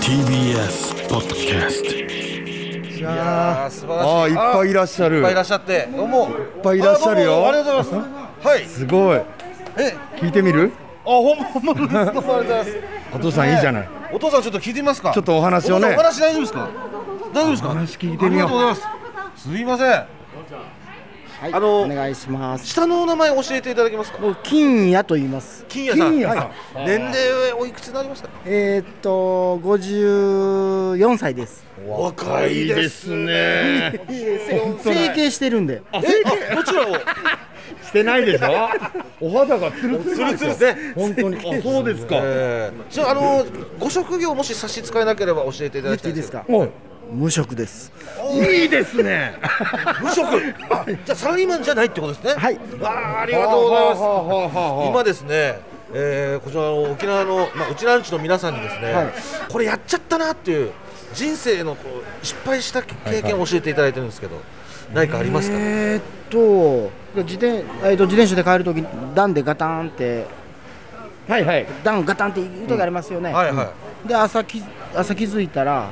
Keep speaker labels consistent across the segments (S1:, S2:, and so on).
S1: TBS ポッドキャスト
S2: いやー素晴らしい
S3: あーいっぱいいらっしゃる
S2: いっぱいいらっしゃってどうもいっ
S3: ぱいいらっしゃるよ
S2: あどうもありがとうございますはい
S3: すごい
S2: え
S3: 聞いてみる
S2: あ本物ですどうもありがとうございます
S3: お父さんいいじゃない
S2: お父さんちょっと聞いてみますか
S3: ちょっとお話をね
S2: お父さんお話大丈夫ですか大丈夫ですか
S3: お話聞いてみよう
S2: ありがとうございますすみません
S4: はい、
S2: あの
S4: お願いします。
S2: 下のお名前教えていただけますか
S4: 金也と言います。
S2: 金谷さん
S3: 金谷さん
S2: はい年齢おいくつになりますか
S4: えー、っと、五十四歳です。
S2: 若いですね
S4: 整形してるんで。
S2: えあどちらを
S3: してないでしょ お肌がツルツ
S2: ツ
S3: ル
S2: ルツルですね
S3: 本当にあそうですか
S2: えーじゃああのご職業もし差し支えなければ教えていた
S4: 言
S2: だ
S4: っ
S2: き
S4: て
S2: たい
S4: いい
S2: んで
S4: ですす
S2: けど
S4: か。無職です。
S3: いいですね
S2: 無職あじゃあサラリーマンじゃないってことですね
S4: はい
S2: わあありがとうございます
S3: はあはあはあはあ
S2: 今ですね、えー、こちらの沖縄の、まあ、うちなんちの皆さんにですね、
S4: はい
S2: これやっちゃったなっていう人生のこう失敗した経験を教えていただいてるんですけど、何かありますか、
S4: えー、っと、自転、えーっと、自転車で帰るとき、段でガタンって。
S3: はいはい
S4: 段ガタンって言うときありますよね。
S2: はいはい、
S4: で、朝き、朝気づいたら。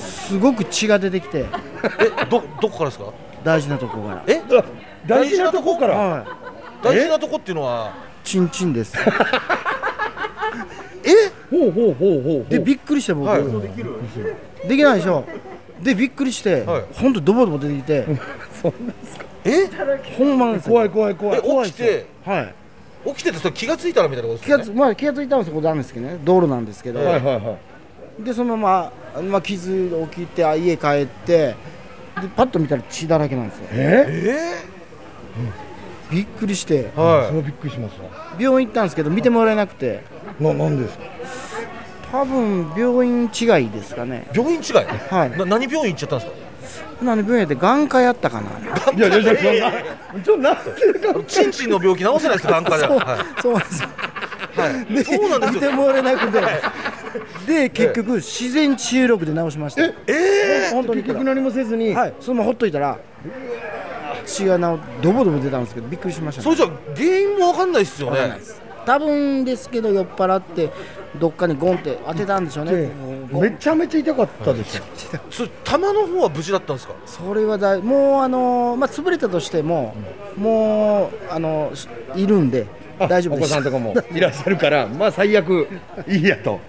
S4: すごく血が出てきて、
S2: えどどこからですか
S4: 大事なとこから。
S2: え
S3: あ大事なとこから
S4: は、
S2: 大事なとこっていうのはい
S4: ちんちん です。
S2: え
S3: ほうほうほうほうほ
S4: で
S3: う
S4: びっくりして僕、
S2: はい
S4: できないでしょでびっくりして、
S2: はい
S4: ほんとドボドボ出てきて
S3: そんなすか
S2: え
S4: ほんまなんですよ
S3: 怖い怖い怖
S2: え
S3: い
S2: 起きて
S4: はい
S2: 起きててそれ気がついたらみたいなことで
S4: 気
S2: すよ
S4: が
S2: ね
S4: つ、まあ、気がついたんですことなんですけどね道路なんですけど、
S3: はいはいはい
S4: でそのまま、まあ、傷起きてあ家帰ってでパッと見たら血だらけなんですよ
S3: え
S2: え
S4: びっくりして
S2: ー、は
S3: そ
S2: い
S3: れびっくりしますわ
S4: 病院行ったんですけど見てもらえなくて
S3: ななんですか
S4: 多分病院違いですかね
S2: 病院違い、
S4: い
S2: な何病院行っちゃったんですか
S4: なんで病院で眼科やったかない
S3: やいやいやいやちょっとなんていうか
S2: あのチンチンの病気治せないですよ眼科で
S4: そう
S2: は
S4: そうなんですよ
S2: い、 はいそうなんで
S4: 見
S2: す
S4: て
S2: よ
S4: もらえなくてで結局自然治癒力で治しましたえ本当に
S3: 結局何もせずに
S4: はいそのままほっといたら血が治ドボドボ出たんですけどびっくりしました
S2: それじゃあ原因もわかんないですよ
S4: わかんな
S2: ね
S4: いです多分ですけど酔っ払ってどっかにゴンって当てたんでしょうね
S3: で
S4: ゴン
S3: めちゃめちゃ痛かったでしょ
S2: それ玉の方は無事だったんですか
S4: それはだいもうあのーまあ潰れたとしてももうあのしいるんで
S3: あ
S4: 大丈夫
S3: お
S4: で
S3: 子
S4: す
S3: さんとかも いらっしゃるからまあ最悪いいやと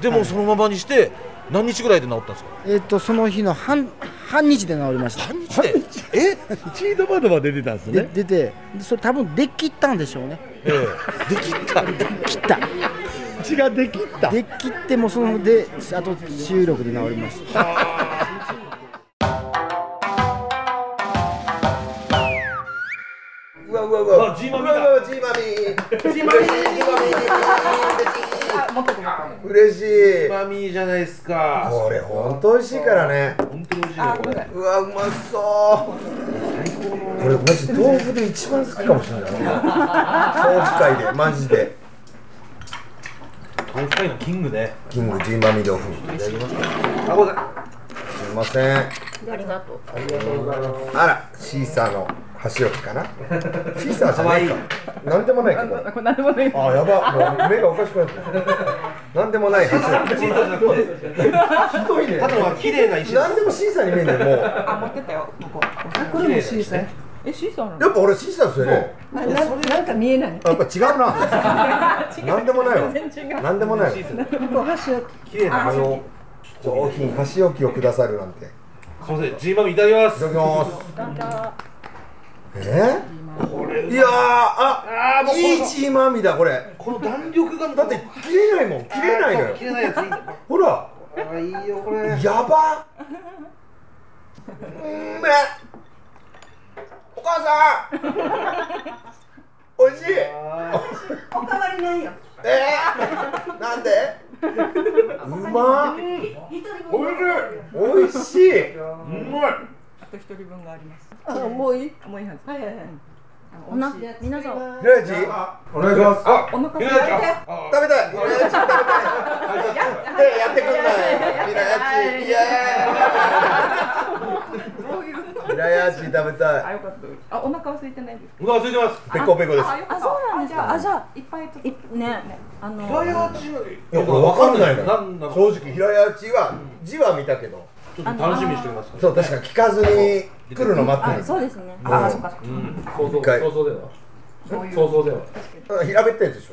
S2: でもそのままにして何日ぐらいで治ったんですか
S4: えっとその日の半半日で治りました
S2: 半日でえ
S3: チードバドバ出てたんです
S4: で
S3: ね
S4: 出てでそれ多分できったんでしょうね
S2: え えできた
S4: 切った
S3: 血ができた
S4: で切ってもそのであと収録で治りました
S5: 嬉しい
S2: マミーじゃないですか
S5: これ本当美味しいからね
S2: 本当に美味しいねこれ
S5: うわうまそうこれマジ豆腐で一番好きかもしれない豆腐界でマジで
S2: 豆腐界のキングね
S5: キングジーマミ豆腐
S2: あごめんな
S5: すいませんありがとうありがとうございますあらシーサーの箸置きかなシーサーじゃないかなんでもないけどなんでもないあやばもう目がおかしくなったなんでもない箸置きひどいね
S2: さいは綺麗な石
S5: なんでもシーサーに見えないもう
S6: あ、持ってたよ、ここ。
S7: これもシーサー。え、シーサーなの
S5: やっぱ俺シーサーですよね
S7: あななんか見えない。
S5: あやっぱ 違うな。なんでもないわ。
S7: 全然違う。
S5: なんでもないわ。
S7: お箸を
S2: 綺麗な
S5: あの上品箸置きをくださるなんて。い
S2: すいませんジーマミーいただきま
S5: た
S2: す
S5: だきます。えー？いやーあいいチーマミだこれ。
S2: この弾力が
S5: だって切れないもん切れないのよ。
S2: 切れないやついいあ
S5: ほら
S2: いいよこれ
S5: やば。うんめ。お母さん。おいしい。
S6: おかわりないよ。
S5: えー、なんで？うまっ。
S6: 一人分。
S5: おいしい。
S6: あと一人分があります。
S7: あもういいもういいはず。
S6: はいはいはい。
S7: おな皆さん
S5: ひろやちお願いしますあ
S7: お腹空
S5: 食べたい
S7: いて。
S5: ひろやち食べたいでやってくんないひろやちイエーイひろやち食べた
S7: あ
S5: い
S7: よかった。あお腹は空いてないです。
S2: お腹空いてます
S5: ペコペコです
S7: あそうなんんですかあじゃあ
S6: いっぱいちょっ
S7: いねあの
S2: 平屋地はい
S5: やこれ分かんないの
S2: なんだ
S5: よ
S2: か
S5: 正直平屋地は字は見たけど
S2: ちょっと楽しみにしておきます
S5: そう確か聞かずに来るの待ってる
S7: あそうですね
S5: うん
S7: あそっかそっか
S8: 想像
S5: 一回
S8: 想像では
S6: そういう
S8: 想像では
S5: うん平べったいやつでしょ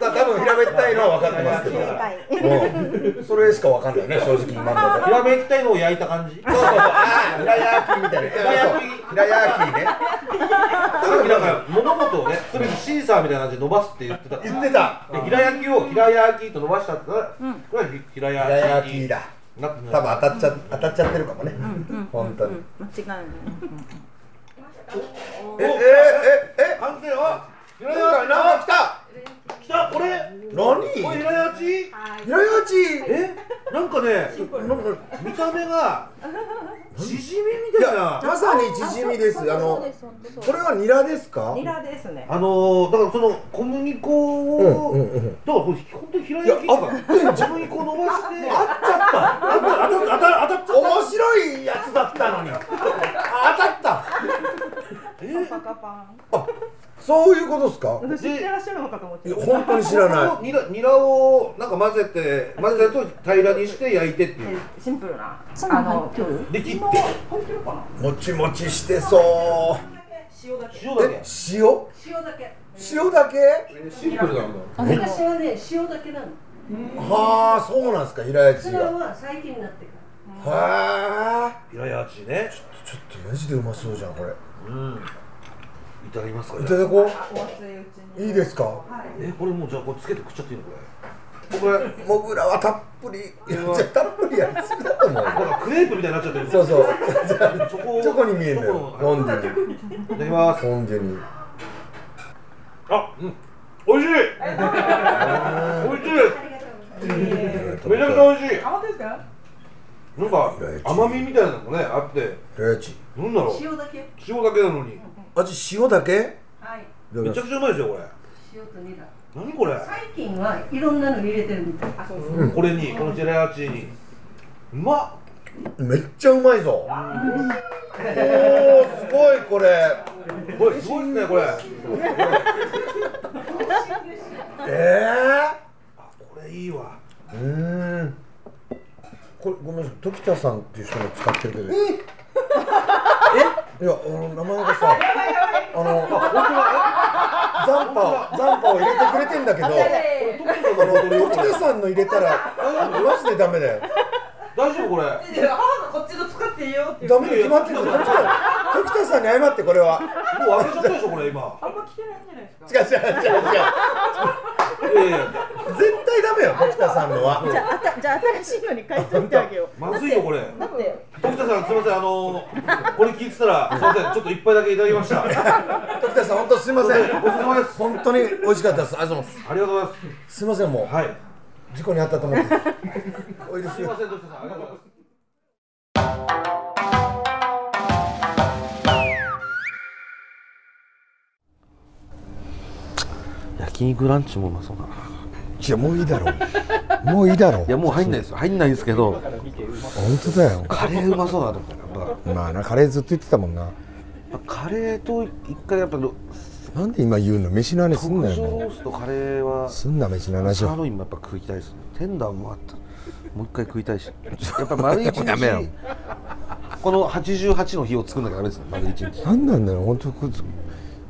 S5: だ多分平べったいのは分かってますけど
S7: 近い
S5: うんそれしか分かんないね正直今のと こ
S2: 平
S5: ろ
S2: べったいのを焼いた感じ
S5: そうそうそうあー平屋キーみたいな
S2: 平屋キー
S5: 平屋キーね
S2: さっきなんか物事をねすべてシーサーみたいな感じで伸ばすって言ってたから
S5: 言ってた
S2: で平焼きを平焼きと伸ばしたってなら、これは平
S5: 平屋
S2: 焼
S5: キ
S2: き
S5: ー
S2: に
S5: だ
S2: なってんじゃな
S5: 多
S2: い
S5: 分当たっちゃ当たっちゃってるかもね
S7: うん
S5: 本当に
S7: うん間違いない
S5: えええええ
S2: 完成あ平
S5: なんかなんか来た
S2: き来たこれこれ
S5: 何
S2: 平焼き
S5: 平屋地
S2: えなんかね見た目が縮みみたいな
S5: まさにチヂミですあのこれはニラですか
S6: ニラですね。
S2: あのー、だからその小麦粉
S5: うん
S2: を、
S5: うんうん
S2: だからこれ本当に平焼きとか小麦粉伸ばしてあっちゃった当たった当たった当たっちゃった
S5: 面白いやつだったのにあ当たった
S6: パカパ
S5: そういうことですか
S6: ン。私知ってらっしゃるのかと思っ
S5: い
S6: て
S5: や。本当に知らない
S2: このニラニラをなんか混ぜて混ぜたやつを平らにして焼いてっていう
S6: シンプルな。
S7: そんなの入ってる
S2: で切って
S6: 本当かな。
S5: もちもちしてそ
S6: 塩だけ。
S2: 塩
S5: う
S2: だ
S5: え
S2: け
S5: 塩
S6: 塩だけ。
S5: 塩だけ
S8: シンプルなんだ
S7: あでも
S9: 私はね塩だけなの
S5: はあそうなんですか平屋地
S9: それ
S5: が
S9: は最近になってから
S5: はあ
S2: 平焼きね
S5: ちょっとマジでうまそうじゃんこれ
S2: うんいただきますか
S5: い
S2: じ
S5: た
S2: ゃあ
S5: だこ
S6: お熱いうちに。
S5: ういいですか
S2: えこれもうじゃあこれつけて食っちゃっていいのこ
S5: 僕らモグラはたっぷりいやじゃあたっぷりやりすぎだと思うよ
S2: れなんかクレープみたいになっちゃってる
S5: そうそう
S2: チョコ
S5: チョコに見えるの
S2: チョ
S5: よ
S2: コの
S5: 飲んでに
S2: いただきます
S5: 飲んでに
S2: あうん美味しい美味しいめちゃくちゃ美味しい
S6: あ、本当ですか。
S2: なんか甘みみたいなのもねあって
S5: 平屋地
S2: なんだろう
S9: 塩だけ
S2: 塩だけなのに
S5: 味塩だけ
S9: はい
S2: めちゃくちゃうまいですよこれ
S9: 塩とニラ
S2: 何これ
S9: 最近はいろんなの入れてるみたいあそうそう
S2: これにこのジェラーチにうまっ
S5: めっちゃうまいぞおーすごいこれ
S2: これすごいですねこれ
S5: え
S2: これいいわ
S5: えー、うーんこれごめんなさい時田さんっていう人が使ってるけどえいやあの名前がさあ の残波を残波を入れてくれてんだけど
S2: トマトのボトル
S5: 時田さんの入れたらマジでダメだよ
S2: 大丈夫これ
S6: で、母がこっちの使っていいよっていう。
S5: ダメに決まってるんだよ時田時田さんに謝ってこれは
S2: もう開けちゃったでしょこれ今
S6: あんま来てないんじゃないですか。
S5: 違う違う違う違う
S2: いやいや
S5: 絶対ダメよ時田さんのは
S6: じゃあ、あた、じゃあ、新しいのに変えといてあげよう。
S2: まずいよこれ
S7: だって
S2: 徳田さんすいませんあのー、これ聞いてた らすいませんちょっと一杯だけいただきました
S5: 時田さん本当すいません
S2: ごちそうさまです
S5: 本当に美味しかったですありがとうございま
S2: ありがとうございます
S5: すすいませんも
S2: はいう
S5: 事故に遭った と思ってお許し
S2: すいません徳田さんありがとうございます焼肉ランチもうまそうだない
S5: やもういいだろうもういいだろう
S2: いやもう入んないですよ入んないですけど
S5: 本当だよ
S2: カレーうまそうだと思ったらやっ
S5: まあなカレーずっと言ってたもんな
S2: ぱカレーと一回やっぱろ
S5: なんで今言うの飯の話すん
S2: 特
S5: な
S2: 上
S5: よ
S2: ロ
S5: も
S2: ースとカレーは
S5: うすんな飯の話
S2: サー
S5: は
S2: ロインもやっぱ食いたいですねテンダーもあったもう一回食いたいし やっぱ丸一
S5: ダメだよ
S2: 日この88の日を作んなきゃダメですね丸一日
S5: 何なんだろう本当こいつ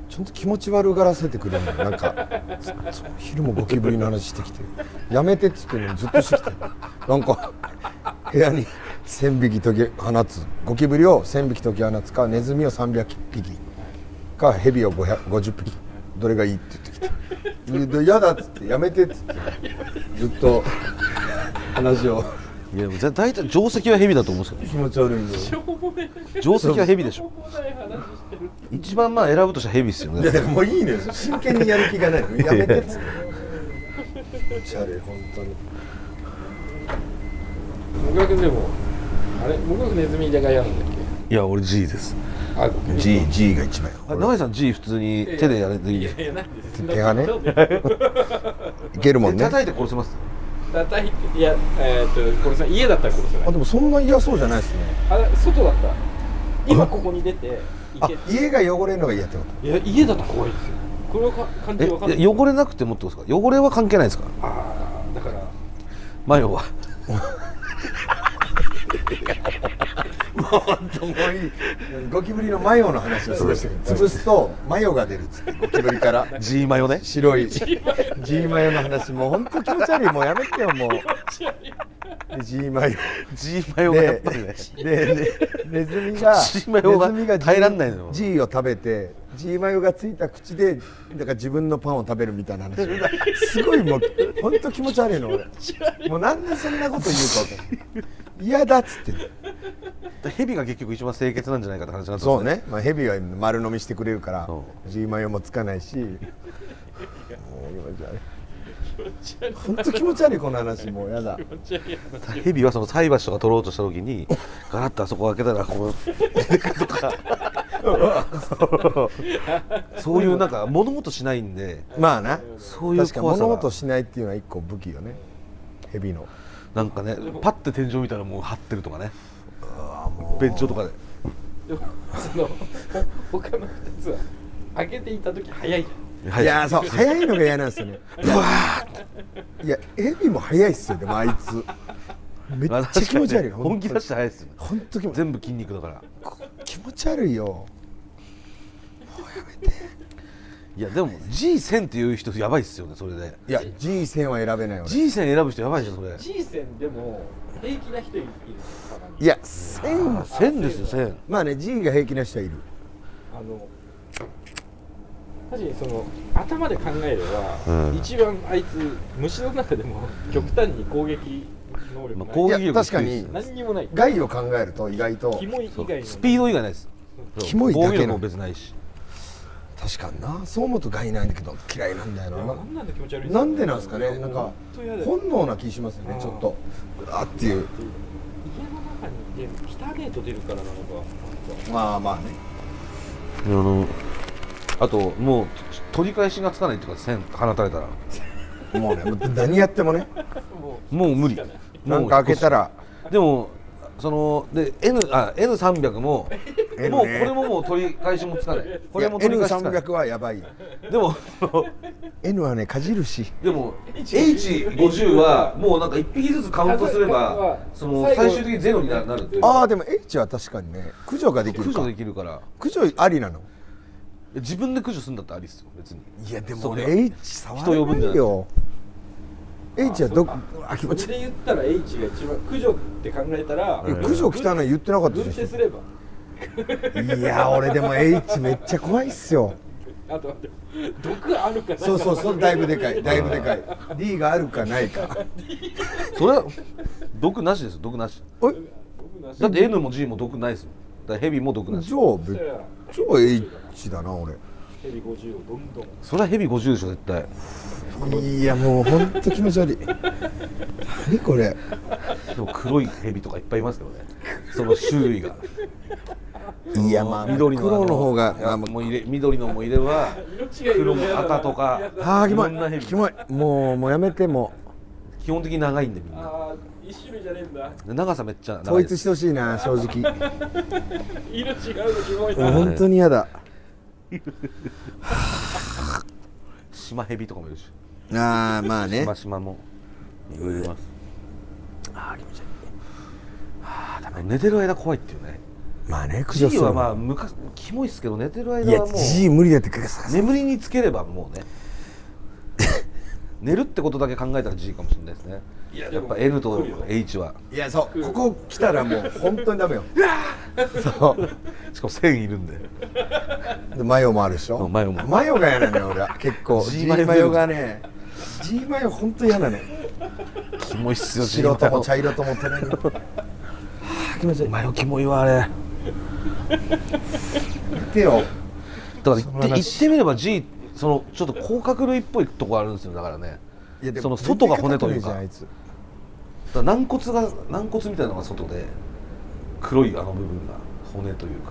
S5: ちょっと気持ち悪がらせてくれるのなんかそ昼もゴキブリの話してきてやめてっつってんのにずっとしてきてなんか部屋に1000匹解き放つゴキブリを1000匹解き放つかネズミを300匹かヘビを500 50匹どれがいいって言ってきて「で嫌だ」っつって「やめて」っつってずっと話を
S2: いやだ大体定石はヘビだと思うんですけ
S5: 気持ち悪いんで
S2: ど定石はヘビでし ょ一番まあ選ぶとしたらヘビですよ
S5: いや
S2: ね
S5: でももういいのよ真剣にやる気 がないのやめてっつって気持ち悪い本当に
S8: もぐらくんでもあれもぐらくんネズミが嫌なんだっ
S2: いや俺 G です
S8: けあ
S5: G, G が一番よ
S2: 永井さん G 普通に手でやれていい
S8: いやないです
S5: 手がねいけるもん
S2: 手
S5: ね
S2: 叩いて殺せます
S8: 叩いていやえーっとこれさ家だったら殺せない
S5: あでもそんな嫌そうじゃないですね
S8: あれ外だった今ここに出て
S5: あ
S8: 行けって
S5: 家が汚れるのが嫌ってこ
S8: いや家だと怖いですよこれはか感じ分かんない
S2: え汚れなくてもってことですか汚れは関係ないですか
S8: あーだから
S2: マ ヨは
S5: ともういいゴキブリのマヨの話を潰して潰すとマヨが出るっつってゴキブリから
S2: G マ ヨね
S5: 白い G マヨの話もう本当気持ち悪いもうやめてよもうで G マヨ
S2: G マヨがやっぱり ね
S5: ででネズミが
S2: G マヨが
S5: ネズミが G-
S2: 耐えらんないの
S5: G を食べて G マヨがついた口でだから自分のパンを食べるみたいな話すごいもう本当気持ち悪いの俺もうなんでそんなこと言うか分かんない嫌だっつってんの
S2: ヘビが結局一番清潔なんじゃないかって話になってま
S5: そ
S2: す
S5: うね、まあ、ヘビは丸飲みしてくれるから
S2: そ
S5: G マヨもつかないしもう気持ち悪い本当気持ち悪いこの話もうやだ
S2: ヘビはその菜箸とか取ろうとした時に ガラッとあそこ開けたらこう 出てくるとかそういうなんか物事しないんで
S5: まあな
S2: そういう
S5: 確かに
S2: 怖さ
S5: 物
S2: が
S5: 音しないっていうのは一個武器よねヘビの
S2: なんかねパッて天井見たらもう張ってるとかねベンチとかで
S8: でもそのほ他の2つは開けていた時早いじ
S2: はい
S5: やーそう早いのが嫌なんです よねブワーいやヘビも早いっすよでもあいつめっち
S2: まあ
S5: ゃ
S2: 確か
S5: 気
S2: にね
S5: 持ち悪い
S2: 本気出してて早いですよ
S5: 本当気持ち
S2: 全部筋肉だから
S5: 気持ち悪いよ
S2: いやでも G 線っていう人やばいっすよねそれで
S5: いや G 線は選べない俺
S2: G 線選ぶ人やばいでしょそれ
S8: ゃん G 線でも平気な人いるんですよたまに
S5: いや線は
S2: 線ですよ線
S5: まあね G が平気な人はいる
S8: あの確かにその頭で考えれば、一番あいつ虫の中でも極端に攻撃能力
S2: まあ
S8: ない、
S2: 攻撃力低い
S5: い
S2: っ
S5: や
S2: す
S5: 確
S2: よ
S5: か
S8: 何にもない
S5: 害を考えると意外と
S8: キモい以外の
S2: スピード以外ないです
S5: キモいだけな
S2: 攻撃力も別にないし
S5: 確かになそう思うと害ないんだけど嫌いなんだよ
S8: あ
S5: な
S8: なんなんで気持ち悪い
S5: なんでなんですかねなんか
S8: 本当嫌だよ
S5: 本能な気しますよねちょっとあっていう
S8: 家の中にいて北ゲート出るからなのか
S5: まあまあね
S2: あのあともうち取り返しがつかないっていうか線放たれたら
S5: もうねもう何やってもね
S2: もう無理
S5: なんか開けたら
S2: もうでもそので N あ N300 も
S5: N ね
S2: もうこれももう取り返しもつかないこれも
S5: いや
S2: 取り返しつかない
S5: N300 はやばい
S2: でも
S5: N はねかじるし
S2: でも H50 はもうなんか1匹ずつカウントすればその最終的にゼロにななるっていう
S5: ああでも H は確かにね駆除ができ
S2: 駆
S5: る
S2: 除
S5: か
S2: できるから
S5: 駆除ありなの
S2: 自分で駆除するんだったらありっすよ別に
S5: いやでも
S2: それ
S5: 俺
S2: は
S5: H
S2: 人呼
S5: 触
S2: ぶん
S5: ら
S2: じ
S5: な
S2: ゃな
S5: い
S2: い
S5: よ H はどあ気持
S8: そ
S5: ち
S8: れ
S5: 悪い
S8: で言ったら H が一番駆除って考えたら
S5: いや駆除来たの言ってなかった
S8: 軍
S5: でし
S8: 手すれば
S5: ょいや俺でも H めっちゃ怖いっすよ
S8: あと待って毒あるかないか
S5: そうそうそうだいぶでかいだいぶでかい D があるかないか
S2: それは毒なしですよ毒なし
S8: 毒なし
S2: だって N も G も毒ないですもんだからヘビも毒なし
S5: じゃあ
S8: そした
S5: べ
S8: ら
S5: 超 H だな俺
S8: ヘビ50をどんどん
S2: それはヘビ50でしょ絶対
S5: いやもうほんと気持ち悪い何これ
S2: でも黒いヘビとかいっぱいいますけどねその種類が
S5: いやまあ
S2: 緑のあ
S5: 黒の方が
S2: いや
S5: あもう
S2: もう入れ緑のもいれば黒も赤とか
S5: あーキモ
S2: ろんなヘ
S5: い
S2: ビ
S5: キモいもうもうやめても
S2: 基本的に長いんでみんな
S8: ああ一種類じゃねえんだ
S2: で長さめっちゃ
S5: う
S2: 長
S5: 統
S2: い
S5: 一
S2: で
S5: し
S2: す
S5: てほしいな正直
S8: 色違うのキモい
S5: もう
S8: な
S5: 本当に嫌だ
S2: シマヘビとかもいるし
S5: ああまあ
S2: シ
S5: ね
S2: マシマもいますあー気持ち悪いあーダメ寝てる間怖いっていうね
S5: まあね駆除す
S2: G
S5: る
S2: はまあ昔キモいっすけど寝てる
S5: い
S2: 間
S5: や
S2: はもう
S5: G 無理だってガサガサ
S2: 眠りにつければもう ね寝るってことだけ考えたら G かもしれないですねやっぱ N と H はい
S5: やそうここ来たらもう本当にダメよそう
S2: しかも1000いるんで
S5: で マヨもあるでしょ
S2: うんマヨも
S5: マヨが嫌なのよ俺は結構
S2: G
S5: G
S2: マ
S5: マ
S2: ヨ
S5: ヨがね G マヨ本当嫌なの
S2: キモいっすよ
S5: 白とも茶
S2: 色
S5: 色とも手なに
S2: マヨキモいわあれ
S5: 手を
S2: だから言って言ってみれば G そのちょっと甲殻類っぽいとこあるんですよだからね
S5: いやでも
S2: その外が骨というか
S5: 全然硬くねえじゃんあいつ
S2: だから軟骨が軟骨みたいなのが外で黒いあの部分が骨というか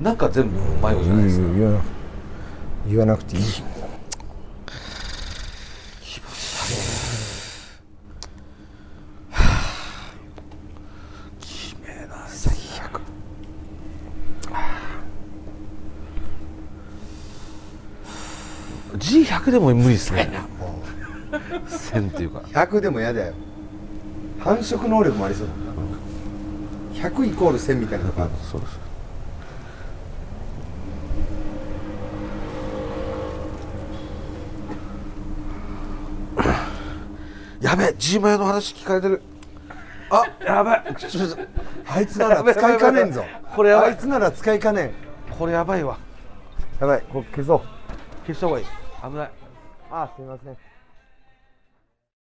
S2: 中全部マヨじゃないですか
S5: 言わな言わなくていい
S2: あ100でも無理っすね1000っていうか
S5: 100でも嫌だよ繁殖能力もありそうだ100イコール1000みたいなのがある
S2: そうです やべえ G マヨの話聞かれてるあやべえちょっと
S5: あいつなら使いかねえんぞ
S2: これやば
S5: あい
S2: い
S5: つなら使いかね
S2: これやばいわ
S5: えやばいこれ消そう
S2: 消した方がいい危ない
S5: あすいません